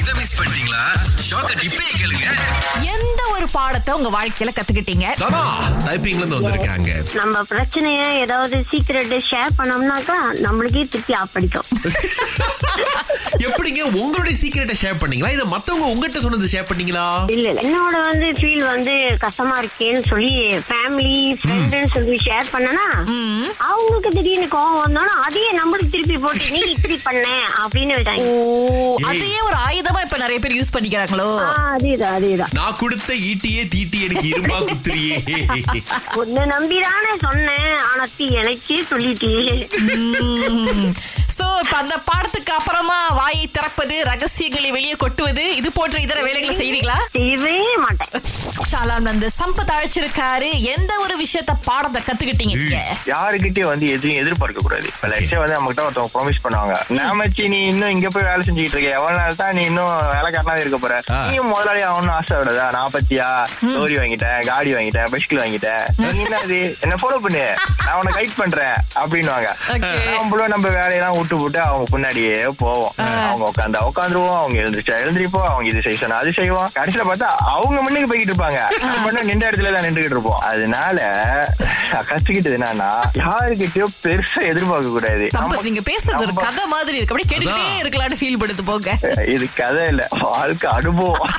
இத மிஸ் பண்ணிட்டீங்களா ஷாக்க டிப்பே கேளுங்க எந்த ஒரு பாடத்தை உங்க வாழ்க்கையில கத்துக்கிட்டீங்க தனா டைப்பிங்ல இருந்து வந்திருக்காங்க நம்ம பிரச்சனைய ஏதாவது சீக்கிரட் ஷேர் பண்ணோம்னாக்கா நம்மளுக்கே திட்டி ஆப்படிக்கும் எப்படிங்க உங்களுடைய சீக்கிரட்டை ஷேர் பண்ணீங்களா இத மத்தவங்க உங்ககிட்ட சொன்னது ஷேர் பண்ணீங்களா இல்ல இல்ல என்னோட வந்து ஃபீல் வந்து கஷ்டமா இருக்கேன்னு சொல்லி ஃபேமிலி ஃப்ரெண்ட்னு சொல்லி ஷேர் பண்ணனா அவங்களுக்கு திடீர்னு கோவம் வந்தோன்னா அதையே நம்மளுக்கு திருப்பி போட்டு நீ இப்படி பண்ண அப்படின்னு ஓ விட்டாங்க அதையே ஒரு ஆயுதமா இப்ப நிறைய பேர் யூஸ் பண்ணிக்கிறாங்களோ ஆ, அதேதான் அதேதான் நான் கொடுத்த ஈட்டியே தீட்டி எனக்கு இரும்பா குத்துறியே உன்னை நம்பிதானே சொன்னேன் ஆனா தீ எனக்கே சொல்லிட்டியே சோ இப்ப அந்த பாடத்துக்கு அப்புறமா வாயை திறப்பது ரகசியங்களை வெளியே கொட்டுவது இது போன்ற இதர வேலைகளை செய்றீங்களா செய்யவே மாட்டேன் ஷாலான் வந்து சம்பத் அழைச்சிருக்காரு எந்த ஒரு விஷயத்த பாடத்தை கத்துக்கிட்டீங்க நீங்க யாருக்கிட்டயும் வந்து எதையும் எதிர்பார்க்க கூடாது இப்ப லட்சம் வந்து நம்ம கிட்ட ஒருத்தவங்க ப்ராமிஸ் பண்ணுவாங்க நாமச்சி நீ இன்னும் இங்க போய் வேலை செஞ்சுட்டு இருக்க எவ்வளவு நாள் தான் நீ இன்னும் வேலைக்காரனாவே இருக்க போற ஆ. நீ முதலாளி ஆகணும்னு ஆசை விடாதா நான் பத்தியா லோரி வாங்கிட்டேன் காடி வாங்கிட்டேன் பைஸ்கிள் வாங்கிட்டேன் நீ என்ன அது என்ன ஃபாலோ பண்ணு நான் உன்னை கைட் பண்றேன் அப்படின்னுவாங்க Okay. நம்மளும் நம்ம வேலையெல்லாம் விட்டு போட்டு அவங்க பின்னாடியே போவோம் அவங்க உட்காந்தா உட்காந்துருவோம் அவங்க எழுந்திரிச்சா எழுந்திரிப்போம் அவங்க இது செய்ய சொன்னா அது செய்வோம் கடைசியில பார்த்தா அவங்க முன்னுக்கு போய்கிட்டு இருப்பாங்க நம்ம மட்டும் நின்ற இடத்துல தான் நின்றுகிட்டு இருப்போம் அதனால கத்துக்கிட்டது என்னன்னா யாருக்கிட்டயோ பெருசா எதிர்பார்க்க கூடாது சம்பத் நம்ம- நீங்க பேசுறது ஒரு நம்ம- கதை மாதிரி இருக்கு அப்படியே அதான். கேட்டுக்கிட்டே இருக்கலாம்னு ஃபீல் படுத்து போங்க இது கதை இல்ல வாழ்க்கை அனுபவம்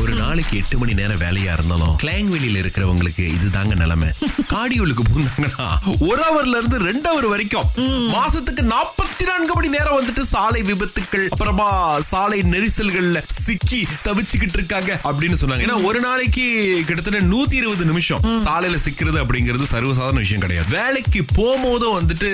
ஒரு நாளைக்கு எட்டு மணி நேரம் வேலையா இருந்தாலும் கிளாங்வெளியில இருக்கிறவங்களுக்கு இதுதாங்க நிலைமை காடியூலுக்கு போனாங்கன்னா ஒரு ஹவர்ல இருந்து ரெண்டு ஹவர் வரைக்கும் மாசத்துக்கு நாற்பத்தி நான்கு மணி நேரம் வந்துட்டு சாலை விபத்துக்கள் அப்புறமா சாலை நெரிசல்கள்ல சிக்கி தவிச்சுக்கிட்டு இருக்காங்க அப்படின்னு சொன்னாங்க ஏன்னா ஒரு நாளைக்கு கிட்டத்தட்ட நூத்தி இருபது நிமிஷம் சாலையில சிக்கிறது அப்படிங்கிறது சர்வசாதாரண விஷயம் கிடையாது வேலைக்கு போகும்போதும் வந்துட்டு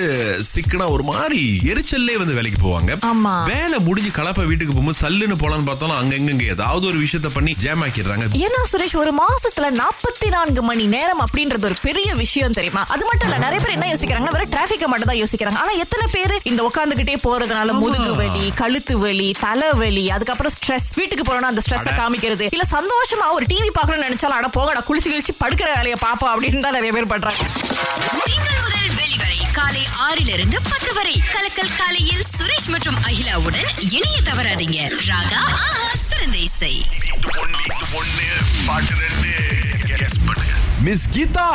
சிக்கினா ஒரு மாதிரி எரிச்சல்லே வந்து வேலைக்கு போவாங்க ஆமா. வேலை முடிஞ்சு கலப்ப வீட்டுக்கு போகும்போது சல்லுன்னு போலான்னு பார்த்தாலும் அங்கங்க ஏதாவது ஒரு விஷயத்த பண்ணி ஜாம் ஆக்கிடுறாங்க ஏன்னா சுரேஷ் ஒரு மாசத்துல நாற்பத்தி நான்கு மணி நேரம் அப்படின்றது ஒரு பெரிய விஷயம் தெரியுமா அது மட்டும் இல்ல நிறைய பேர் என்ன யோசிக்கிறாங்கன்னா வெறும் டிராபிக்க மட்டும் தான் யோசிக்கிறாங்க ஆனா எத்தனை பேர் இந்த உட்காந்துக்கிட்டே போறதுனால முதுகு வலி கழுத்து வலி தலைவலி அதுக்கப்புறம் ஸ்ட்ரெஸ் வீட்டுக்கு போறோம்னா அந்த ஸ்ட்ரெஸ்ஸை அட. காமிக்கிறது இல்ல சந்தோஷமா ஒரு டிவி பாக்கணும்னு நினைச்சாலும் அட போகடா குளிச்சு குளிச்சு படுக்கிற வேலையை பாப்போம் அப்படின்னு தான் நிறைய பேர் பண்றாங்க திங்கள் முதல் வெளிவரை காலை ஆறிலிருந்து பத்து வரை கலக்கல் காலையில் சுரேஷ் மற்றும் அகிலாவுடன் இணைய தவறாதீங்க ராகா ஆஹா, சிறந்த இசை மிஸ் கீதா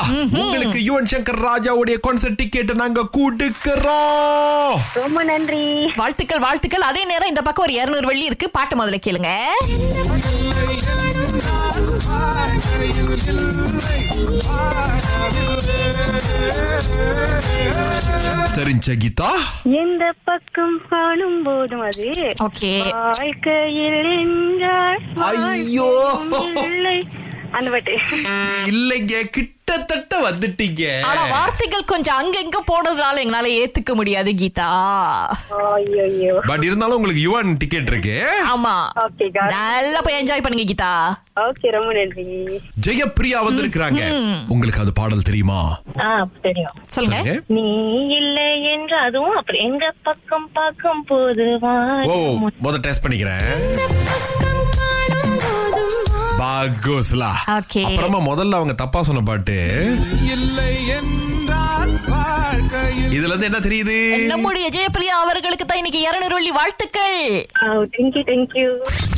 உங்களுக்கு யுவன் சங்கர் ராஜாவுடைய கான்சர்ட் டிக்கெட் நாங்க கொடுக்கிறோம் ரொம்ப நன்றி வாழ்த்துக்கள் வாழ்த்துக்கள் அதே நேரம் இந்த பக்கம் ஒரு இருநூறு வெள்ளி இருக்கு பாட்டு முதல்ல கேளுங்க தெரிஞ்ச கீதா எந்த பக்கம் காணும் போதும் அது ஓகே வாழ்க்கையில் என்றால் ஐயோ. வாழ்க்கையும் இல்லை. அந்த பாட்டு இல்லைங்க கிட்டத்தட்ட வந்துட்டீங்க ஆனா வார்த்தைகள் கொஞ்சம் அங்கங்க போனதுனால எங்களால ஏத்துக்க முடியாது கீதா ஐயோ பட் இருந்தாலும் உங்களுக்கு யுவன் டிக்கெட் இருக்கு ஆமா ஓகே காட் நல்லா போய் என்ஜாய் பண்ணுங்க கீதா ஓகே ரொம்ப நன்றி ஜெயப்பிரியா வந்திருக்கிறாங்க உங்களுக்கு அது பாடல் தெரியுமா ஆ தெரியும் சொல்லுங்க சொல்லுங்க நீ இல்லை என்று அதுவும் அப்புறம் எங்க பக்கம் பார்க்கும் போது ஓ முத டெஸ்ட் பண்ணிக்கிறேன் பாகோஸ்லா Okay. அப்புறமா முதல்ல அவங்க தப்பா சொன்ன பாட்டு இல்லை என்றால் வாழ்க்கையில் இதுல இருந்து என்ன தெரியுது நம்முடைய ஜெயப்பிரியா அவர்களுக்கு தான் இன்னைக்கு இருநூறு வெள்ளி வாழ்த்துக்கள் தேங்க்யூ தேங்க்யூ